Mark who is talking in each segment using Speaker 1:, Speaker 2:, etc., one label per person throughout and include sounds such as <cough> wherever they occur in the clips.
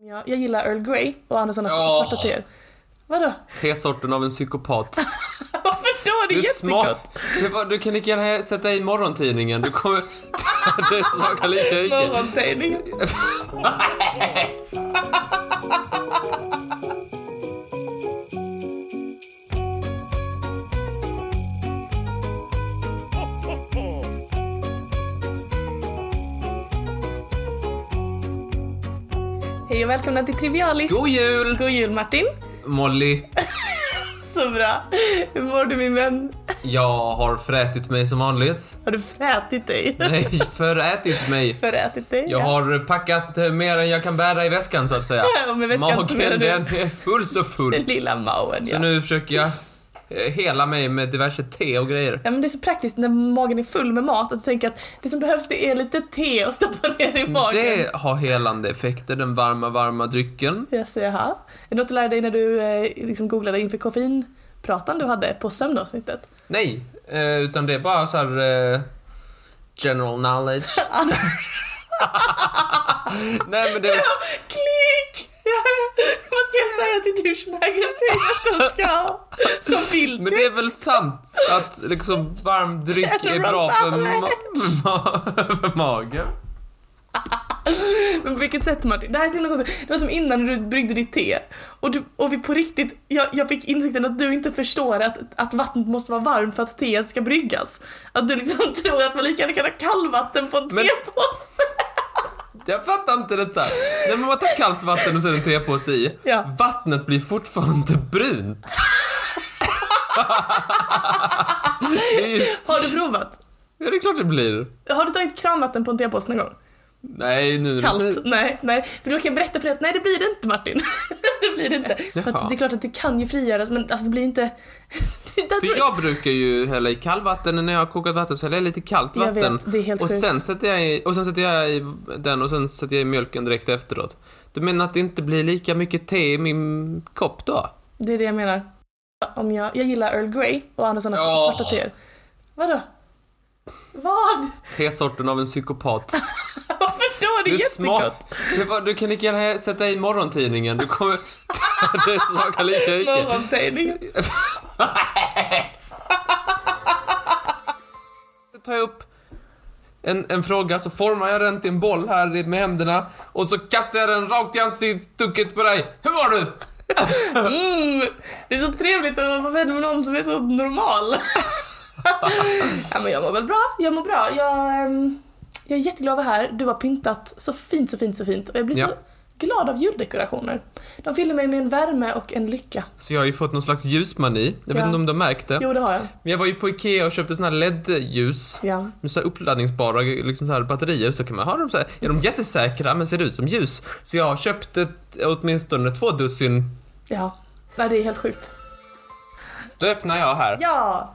Speaker 1: Ja, jag gillar Earl Grey och Anders har
Speaker 2: Åh.
Speaker 1: svarta teer. Vadå? <laughs>
Speaker 2: Tesorten av en psykopat.
Speaker 1: Varför då? Det är jättegott!
Speaker 2: smak- Det var, du kan lika gärna sätta i morgontidningen. Du kommer... <laughs> det smakar lika illa.
Speaker 1: Morgontidningen. <laughs> Hej och välkomna till Trivialist.
Speaker 2: God jul!
Speaker 1: God jul Martin.
Speaker 2: Molly,
Speaker 1: Så bra. Hur mår du min vän?
Speaker 2: jag har frätit mig som vanligt.
Speaker 1: Har du frätit dig?
Speaker 2: Nej, förätit mig.
Speaker 1: Förätit dig?
Speaker 2: Jag har packat eh, mer än jag kan bära i väskan så att säga.
Speaker 1: Och med väskan så menar
Speaker 2: Magen
Speaker 1: du-
Speaker 2: den är full så
Speaker 1: Den
Speaker 2: full.
Speaker 1: lilla Mauen
Speaker 2: Så
Speaker 1: ja.
Speaker 2: nu försöker jag eh, hela mig med diverse te och grejer.
Speaker 1: Ja, men det är så praktiskt när magen är full med mat att du tänker att det som behövs det är lite te och stoppa ner i magen.
Speaker 2: Det har helande effekter, den varma, varma drycken.
Speaker 1: Yes, jaha. Är det något du lärde dig när du eh, liksom googlade inför koffeinpratan du hade på sömnavsnittet?
Speaker 2: Nej, eh, utan det är bara så här eh,
Speaker 1: <laughs>
Speaker 2: general knowledge. Nej men det...
Speaker 1: Klick! <laughs> Vad ska jag säga till douchemagasin att de ska ha som bild?
Speaker 2: Men det är väl sant att liksom varm dryck är bra för, ma- <laughs> ma- för magen?
Speaker 1: Men på vilket sätt Martin? Det här är så himla konstigt. Det var som innan när du bryggde ditt te. Och, du, och vi på riktigt, jag, jag fick insikten att du inte förstår att, att vattnet måste vara varmt för att teet ska bryggas. Att du liksom <laughs> tror att man lika gärna kan ha kallvatten på en
Speaker 2: Men-
Speaker 1: tepåse.
Speaker 2: Jag fattar inte detta. Nej men man tar kallt vatten och sen en tepåse i.
Speaker 1: Ja.
Speaker 2: Vattnet blir fortfarande inte
Speaker 1: <laughs>
Speaker 2: brunt. det är ju... s-
Speaker 1: Har du provat?
Speaker 2: Ja det är klart det blir.
Speaker 1: Har du tagit kranvatten på en tepåse någon gång?
Speaker 2: Nej nu...
Speaker 1: Kallt? Nej, nej. För då kan jag berätta för dig att nej det blir det inte Martin. <laughs> det blir det inte. För
Speaker 2: Jaha.
Speaker 1: att det är klart att det kan ju frigöras men alltså det blir inte... <laughs> det där tror
Speaker 2: För jag brukar ju hälla i kallvatten när jag har kokat vatten så häller jag lite kallt
Speaker 1: Jag
Speaker 2: vatten.
Speaker 1: vet, det är helt
Speaker 2: och
Speaker 1: sjukt.
Speaker 2: sen sätter jag i, och sen sätter jag i den och sen sätter jag i mjölken direkt efteråt. Du menar att det inte blir lika mycket te i min kopp då?
Speaker 1: Det är det jag menar. Om jag, jag gillar Earl Grey och andra sådana
Speaker 2: Åh.
Speaker 1: svarta teer. Vadå? Vad? <laughs>
Speaker 2: Tesorten av en psykopat.
Speaker 1: Varför då? Det är jättegott.
Speaker 2: smak- det var, du kan lika gärna sätta i morgontidningen. Du kommer... <laughs> det smakar lika mycket.
Speaker 1: Morgontidningen.
Speaker 2: Så tar jag upp en, en fråga, så formar jag den till en boll här i- med händerna och så kastar jag den rakt i ansiktet på dig. Hur mår du?
Speaker 1: Mm. Det är så trevligt att få vänner med någon som är så normal. <laughs> ja, men jag mår väl bra. Jag mår bra. Jag, ehm, jag är jätteglad att vara här. Du har pyntat så fint, så fint, så fint. Och jag blir
Speaker 2: Ja.
Speaker 1: så glad av juldekorationer. De fyller mig med en värme och en lycka.
Speaker 2: Så jag har ju fått någon slags ljusmani. Jag vet
Speaker 1: Ja.
Speaker 2: inte om du har märkt det.
Speaker 1: Jo, det har jag.
Speaker 2: Men jag var ju på Ikea och köpte såna här LED-ljus.
Speaker 1: Ja.
Speaker 2: Med såna här uppladdningsbara liksom så här batterier så kan man ha dem så här. Är de jättesäkra men ser ut som ljus? Så jag har köpt ett, åtminstone två dussin.
Speaker 1: Ja. Nej, det är helt sjukt.
Speaker 2: Då öppnar jag här.
Speaker 1: Ja!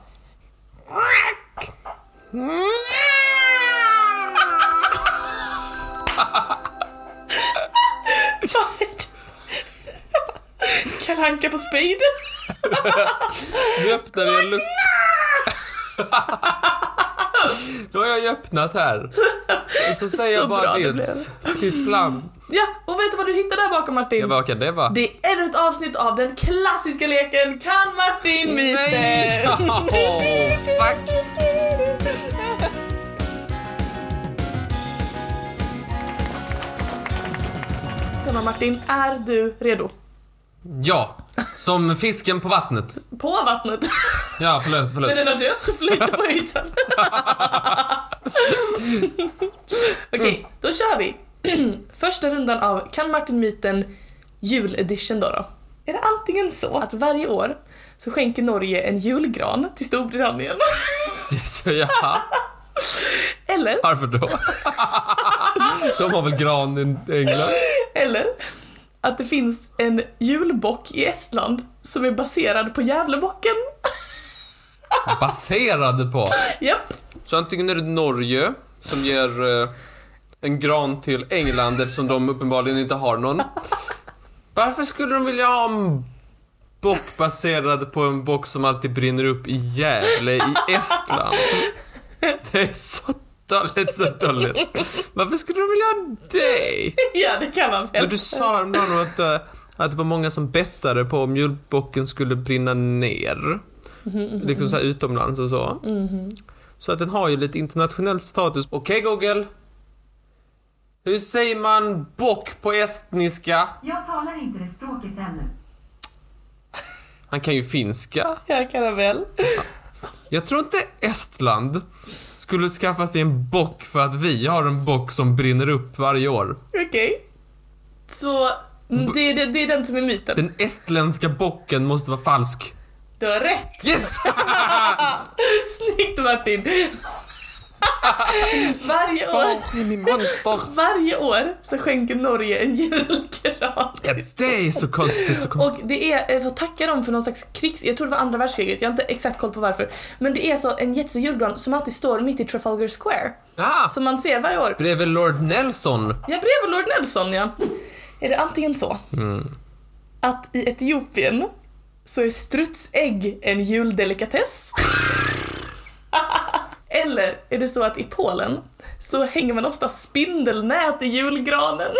Speaker 1: Kalle Anka på speed.
Speaker 2: Nu öppnar jag luckan. Då har jag ju öppnat här. Och så säger
Speaker 1: Så
Speaker 2: jag
Speaker 1: bra
Speaker 2: bara
Speaker 1: det
Speaker 2: det. Fy flam.
Speaker 1: Ja, och vet du vad du hittar där bakom Martin?
Speaker 2: Jag bara, kan det vara?
Speaker 1: Det är ännu ett avsnitt av den klassiska leken Kan Martin myten?
Speaker 2: Nej! Åh, fuck.
Speaker 1: Gunnar Martin, är du redo?
Speaker 2: Ja, som fisken på vattnet.
Speaker 1: På vattnet?
Speaker 2: Ja, förlåt, förlåt.
Speaker 1: När den har dött så flyter på
Speaker 2: <laughs>
Speaker 1: ytan. Okej, då kör vi. <clears throat> Första rundan av Kan Martin myten juledition då, då. Är det antingen så att varje år så skänker Norge en julgran till Storbritannien? <laughs>
Speaker 2: <laughs> Så ja,
Speaker 1: Eller,
Speaker 2: varför då? De har väl gran i England?
Speaker 1: eller att det finns en julbock i Estland som är baserad på Gävlebocken? <laughs>
Speaker 2: Baserade på.
Speaker 1: Japp, <laughs>
Speaker 2: Så antingen är det Norge som ger eh, en gran till England eftersom de uppenbarligen inte har någon. Varför skulle de vilja ha en bock baserad på en bock som alltid brinner upp i Gävle i Estland? Det är så dåligt, så dåligt. Varför skulle de vilja ha dig?
Speaker 1: ja, det kan man
Speaker 2: Men
Speaker 1: väl.
Speaker 2: du sa häromdagen att, eh, att det var många som bettade på om mjölkbocken skulle brinna ner. Liksom så här utomlands och så. Så att den har ju lite internationell status. Okej Google. Hur säger man bock på estniska?
Speaker 3: Jag talar inte det språket ännu.
Speaker 2: Han kan ju finska.
Speaker 1: Ja, kan man väl.
Speaker 2: Jag tror inte Estland skulle skaffa sig en bock för att vi har en bock som brinner upp varje år.
Speaker 1: Okej. Så mm, det, är- det, det är den som är myten.
Speaker 2: Den estländska bocken måste vara falsk.
Speaker 1: Du har rätt.
Speaker 2: Yes!
Speaker 1: <laughs> Snyggt Martin! <laughs> varje, år,
Speaker 2: Var är min monster?
Speaker 1: varje år så skänker Norge en julgran.
Speaker 2: Ja, det är så konstigt, så konstigt.
Speaker 1: Och det är, jag får tacka dem för någon slags krigs... Jag tror det var andra världskriget, jag har inte exakt koll på varför. Men det är så en jättestor julgran som alltid står mitt i Trafalgar Square.
Speaker 2: Ah,
Speaker 1: Som man ser varje år.
Speaker 2: bredvid Lord Nelson.
Speaker 1: Ja, bredvid Lord Nelson ja. Är det antingen så
Speaker 2: Mm.
Speaker 1: att i Etiopien så är strutsägg en juldelikatess. <laughs> Eller är det så att i Polen så hänger man ofta spindelnät i julgranen.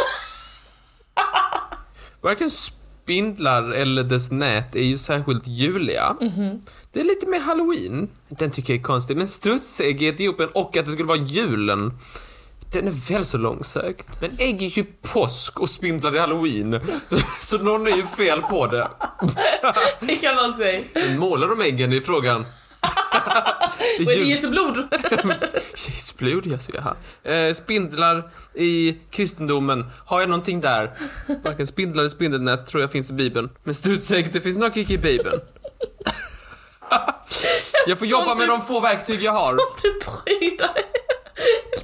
Speaker 1: <laughs>
Speaker 2: Varken spindlar eller dess nät är ju särskilt juliga. Det är lite mer halloween. Den tycker jag är konstig. Men strutsägg i Etiopien och att det skulle vara julen. Den är väl så långsökt. Men ägg är ju påsk och spindlar är halloween. <laughs> Så någon är ju fel på det.
Speaker 1: Det kan man säga.
Speaker 2: Men Målar de äggen i frågan? Det
Speaker 1: Och
Speaker 2: är
Speaker 1: det
Speaker 2: jul-
Speaker 1: ger så blod.
Speaker 2: Jesu blod, jag ser här. Eh, spindlar i kristendomen. Har jag någonting där? Varken spindlar eller spindelnät tror jag finns i Bibeln. Men strutsägg, det finns nog inte
Speaker 1: <laughs>
Speaker 2: i Bibeln. jag får jobba med de få verktyg jag
Speaker 1: <laughs>
Speaker 2: har.
Speaker 1: Som du <laughs> prydar dig.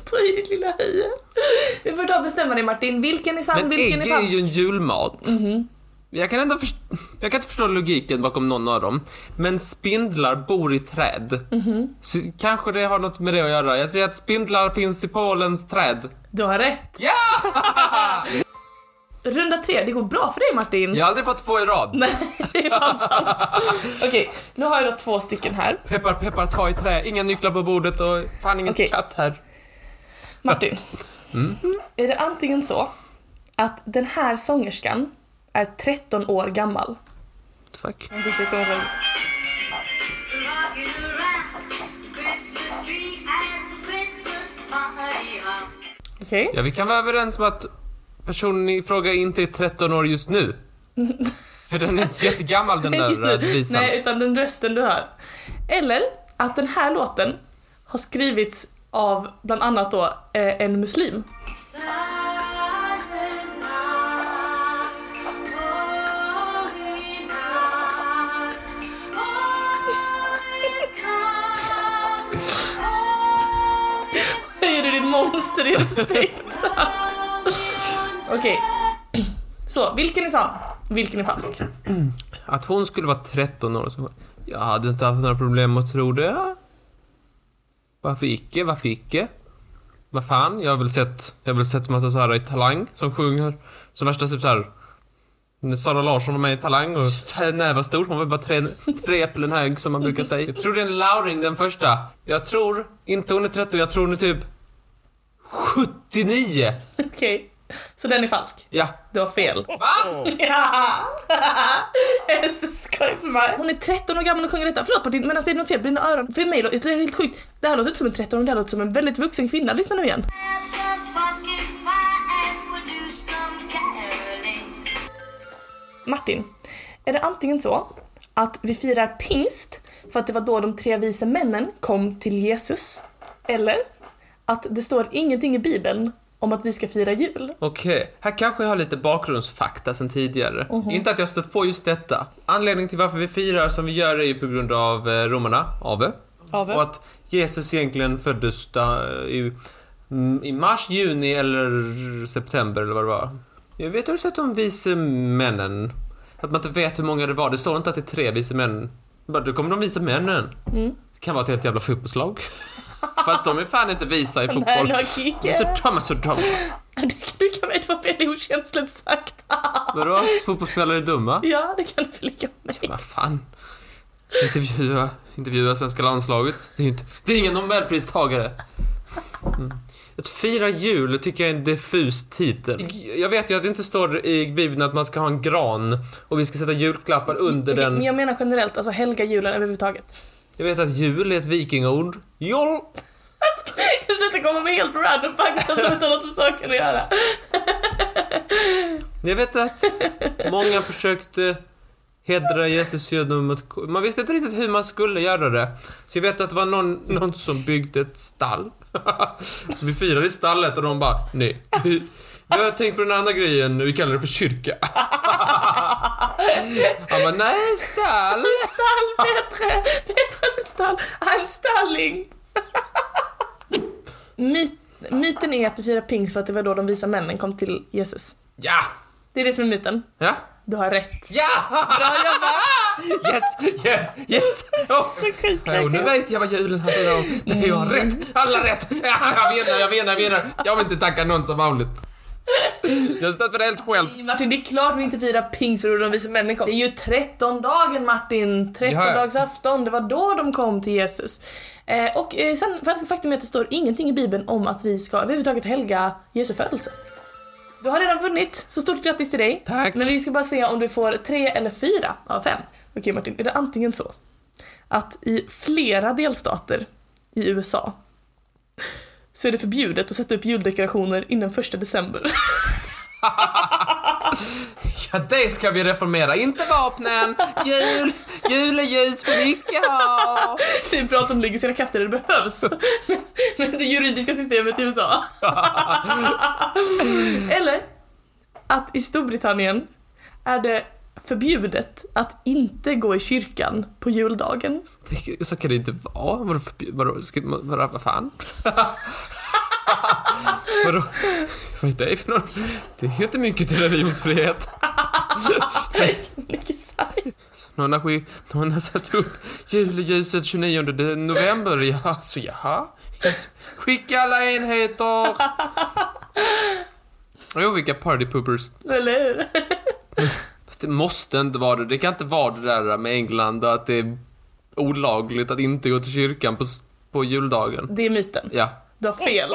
Speaker 1: Pryd ditt lilla hö. Vi får ta och bestämma dig Martin, vilken är sann,
Speaker 2: Men
Speaker 1: vilken Mhm. är
Speaker 2: ägg är
Speaker 1: falsk?
Speaker 2: ju en julmat. Jag kan ändå först- jag kan inte förstå logiken bakom någon av dem. Men spindlar bor i träd.
Speaker 1: Mhm.
Speaker 2: Så kanske det har något med det att göra. Jag säger att spindlar finns i Polens träd.
Speaker 1: Du har rätt.
Speaker 2: Ja!
Speaker 1: Runda tre, det går bra för dig Martin.
Speaker 2: Jag har aldrig fått två i rad.
Speaker 1: <laughs> Nej, det är fan sant. Okej, nu har jag då två stycken här.
Speaker 2: Peppar, peppar, ta i trä. Inga nycklar på bordet och fan ingen
Speaker 1: Okej.
Speaker 2: katt här.
Speaker 1: Martin. Är det antingen så att den här sångerskan är 13 år gammal.
Speaker 2: Fuck.
Speaker 1: Det ska komma fram.
Speaker 4: Rockin' around Christmas tree at the Christmas party hop.
Speaker 1: Okej?
Speaker 2: Ja, vi kan vara överens om att personen i fråga inte är 13 år
Speaker 1: <laughs>
Speaker 2: just nu. För den är jättegammal den
Speaker 1: Inte just
Speaker 2: där eh,
Speaker 1: nu.
Speaker 2: visan.
Speaker 1: Nej, utan den rösten du hör. Eller att den här låten har skrivits av bland annat då eh, en muslim. <laughs>
Speaker 4: Silent night, holy night, all is calm, all is
Speaker 1: Höjer du ditt monster i respekt? <laughs> Okej. Så, vilken är sann? Vilken är falsk?
Speaker 2: Att hon skulle vara 13 år. så- Jag hade inte haft några problem att tro det. Varför icke? Varför icke? Vad fan, jag har väl sett, jag har väl sett massa så här i Talang som sjunger. Som värsta typ så här. när Sara Larsson var med i Talang och så här näva stor, hon var bara tre, tre äpplen hög som man brukar säga. <laughs> Jag tror det är en Lauring den första. Jag tror inte hon är 13, jag tror hon är typ 79!
Speaker 1: Okej. Så den är falsk?
Speaker 2: Ja.
Speaker 1: Du har fel.
Speaker 2: Va?
Speaker 1: Ja! Jag är så skoj för mig. Hon är 13 år gammal och sjunger detta. Förlåt Martin, men alltså är det något fel? Brinner öron? För mig låter det är helt sjukt. Det här låter inte som en 13 år, det här låter som en väldigt vuxen kvinna. Lyssna nu igen.
Speaker 4: Have some pumpkin pie and we'll do some caroling.
Speaker 1: Martin, är det antingen så att vi firar pingst för att det var då de tre vise männen kom till Jesus? Eller att det står ingenting i bibeln om att vi ska fira jul?
Speaker 2: Okej, här kanske jag har lite bakgrundsfakta sen tidigare.
Speaker 1: Mhm.
Speaker 2: Inte att jag stött på just detta. Anledningen till varför vi firar som vi gör är ju på grund av eh, romarna, Ave.
Speaker 1: Ave.
Speaker 2: Och att Jesus egentligen föddes da, i, mm, i mars, juni eller september eller vad det var. Jag vet, har du sett de vise männen? Att man inte vet hur många det var. Det står inte att det är tre vise män. Bara, då kommer de vise männen.
Speaker 1: Mm.
Speaker 2: Det kan vara ett helt jävla fotbollslag. <laughs> Fast de är fan inte visa i
Speaker 1: Nej,
Speaker 2: fotboll.
Speaker 1: nu har
Speaker 2: De är
Speaker 1: Kiki...
Speaker 2: så dumma, så dumma.
Speaker 1: Du kan väl inte vara fel okänsligt sagt?
Speaker 2: Vadå? Fotbollsspelare är dumma?
Speaker 1: Ja, det kan du väl lika med.
Speaker 2: Vad fan? Intervjua, intervjua svenska landslaget. Det är ju inte, det är ingen nobelpristagare. Mm. Att fira jul tycker jag är en diffus titel. Jag vet ju att det inte står i Bibeln att man ska ha en gran och vi ska sätta julklappar under
Speaker 1: Okej, Men
Speaker 2: den.
Speaker 1: jag menar generellt, alltså helga julen <laughs> överhuvudtaget.
Speaker 2: Jag vet att jul är ett vikingaord. Jol!
Speaker 1: Kanske inte komma med helt random fakta som inte har något med saken att göra.
Speaker 2: Jag vet att många försökte hedra Jesus genom att... Man visste inte riktigt hur man skulle göra det. Så jag vet att det var någon, någon som byggde ett stall. <laughs> Så vi firade i stallet och de bara, nej. Vi, vi har tänkt på den andra grejen, vi kallar det för kyrka. <laughs> Han bara, nej, stall.
Speaker 1: <laughs> Stall bättre, bättre än stall. I'm stalling. <laughs> Myt, myten är att vi firar pingst för att det var då de visa männen kom till Jesus.
Speaker 2: Ja!
Speaker 1: Det är det som är myten.
Speaker 2: Ja!
Speaker 1: Du har rätt.
Speaker 2: Ja!
Speaker 1: Bra jobbat!
Speaker 2: Yes, yes, yes! Oh.
Speaker 1: <laughs> Så skitläcker.
Speaker 2: Jo, nu vet jag vad julen handlar om. Det är jag har rätt. Alla har rätt. <laughs> Ja, jag vinner, jag vinner, jag vinner. Jag vill inte tacka någon som vanligt. Jag har stått för det helt själv.
Speaker 1: Martin, det är klart vi inte firar pingst för då de visa männen kom. Det är ju trettondagen Martin! Trettondagsafton, det var då de kom till Jesus. Eh, och eh, sen fakt- faktum är att det står ingenting i Bibeln om att vi ska överhuvudtaget helga Jesu födelse. Du har redan vunnit, så stort grattis till dig.
Speaker 2: Tack.
Speaker 1: Men vi ska bara se om du får tre eller fyra av fem. Okej Martin, är det antingen så att i flera delstater i USA så är det förbjudet att sätta upp juldekorationer innan första december.
Speaker 2: Ja, det ska vi reformera. Inte vapnen. Jul, juleljus får vi icke ha.
Speaker 1: <laughs> Det är bra att de lägger sina krafter där det <laughs> behövs. Men, men det juridiska systemet i <laughs> USA. Eller att i Storbritannien är det förbjudet att inte gå i kyrkan på juldagen.
Speaker 2: Det- Så kan det inte vara. Vadå, förbjud- vadå, ska, vadå vad fan? <laughs> vadå, vad är det för någon? Det är ju inte mycket till religionsfrihet.
Speaker 1: Mycket sant.
Speaker 2: Någon har, sk- någon har satt upp juleljuset 29 de- november. Ja, så jaha. Skicka alla enheter! <laughs> Jo, vilka party poopers.
Speaker 1: Eller hur?
Speaker 2: Fast det måste inte vara det. Det kan inte vara det där med England att det är olagligt att inte gå till kyrkan på, s- på juldagen.
Speaker 1: Det är myten.
Speaker 2: Ja.
Speaker 1: Du har fel.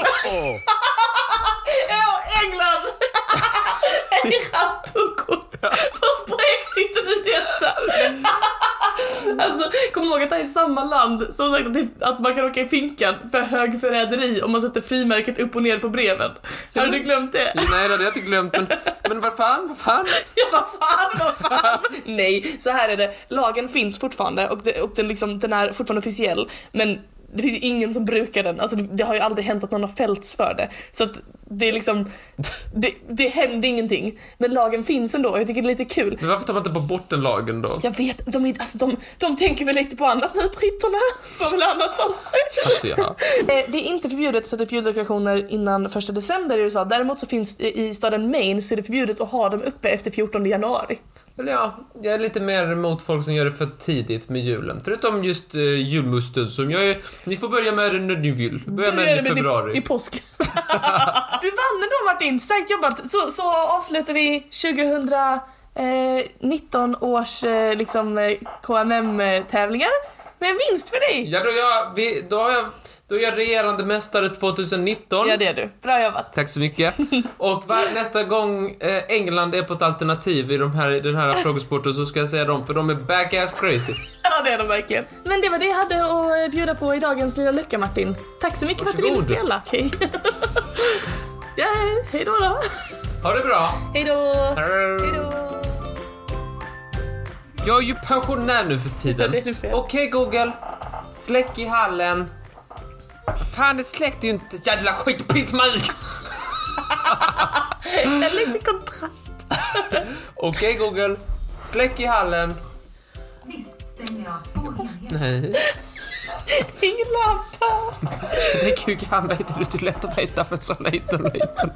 Speaker 1: Ja, England! Det är rampuckor. Fast brexit är det detta. Alltså, kom ihåg att det här är samma land som sagt att, det, att man kan åka i finkan för högförräderi om man sätter frimärket upp och ner på breven. Har du glömt det?
Speaker 2: Nej, det hade jag inte glömt, men, men vad fan, vad fan?
Speaker 1: <laughs> Jag bara fan, vad fan? <laughs> Nej, så här är det. Lagen finns fortfarande och, det, och den, liksom, den är fortfarande officiell. Men det finns ju ingen som brukar den. Alltså, det, det har ju aldrig hänt att någon har fällts för det. Så att det är liksom, det, det händer ingenting. Men lagen finns ändå och jag tycker det är lite kul.
Speaker 2: Men varför tar man inte bara bort den lagen då?
Speaker 1: Jag vet, de, är- alltså, de, de tänker väl lite på annat nu britterna. Får väl annat för <laughs> sig.
Speaker 2: Alltså, jaha.
Speaker 1: Eh, Det är inte förbjudet att sätta upp juldekorationer innan 1 december i USA. Däremot så finns det i staden Maine så är det förbjudet att ha dem uppe efter 14 januari.
Speaker 2: Eller ja, jag är lite mer emot folk som gör det för tidigt med julen. Förutom just eh, julmusten som jag är... Ni får börja med den när ni vill. Börja med
Speaker 1: Började
Speaker 2: den i februari.
Speaker 1: I, i påsk. <laughs> du vann ändå Martin, starkt jobbat. Så, så avslutar vi 2019 års eh, liksom, eh, KMM-tävlingar med en vinst för dig.
Speaker 2: Ja, då är jag, vi, då har jag, då är jag regerande mästare 2019.
Speaker 1: Ja det är du, bra jobbat. <laughs>
Speaker 2: Tack så mycket. Och var, nästa gång eh, England är på ett alternativ i de här, i den här frågesporten så ska jag säga dem, för de är back-ass crazy.
Speaker 1: Ja det är de verkligen. Men det var det jag hade att eh, bjuda på i dagens lilla lucka Martin. Tack så mycket för att du ville
Speaker 2: Varsågod.
Speaker 1: spela. Okej. <laughs> ja, hej då då.
Speaker 2: Ha det bra!
Speaker 1: Hej då. Hej då.
Speaker 2: Jag är ju pensionär nu
Speaker 1: <laughs>
Speaker 2: för
Speaker 1: Ja,
Speaker 2: tiden.
Speaker 1: det är du fel.
Speaker 2: Okej Google, släck i hallen. Fan, det släckte ju inte. Jävla skitpissmuk!
Speaker 1: Jag lägger kontrast.
Speaker 2: Okej Google, släck i hallen.
Speaker 3: Visst stänger jag två enheter.
Speaker 2: Nej.
Speaker 1: Ingen lampa.
Speaker 2: Det är kukan, vet du. Det är lätt att veta för en sån liten liten.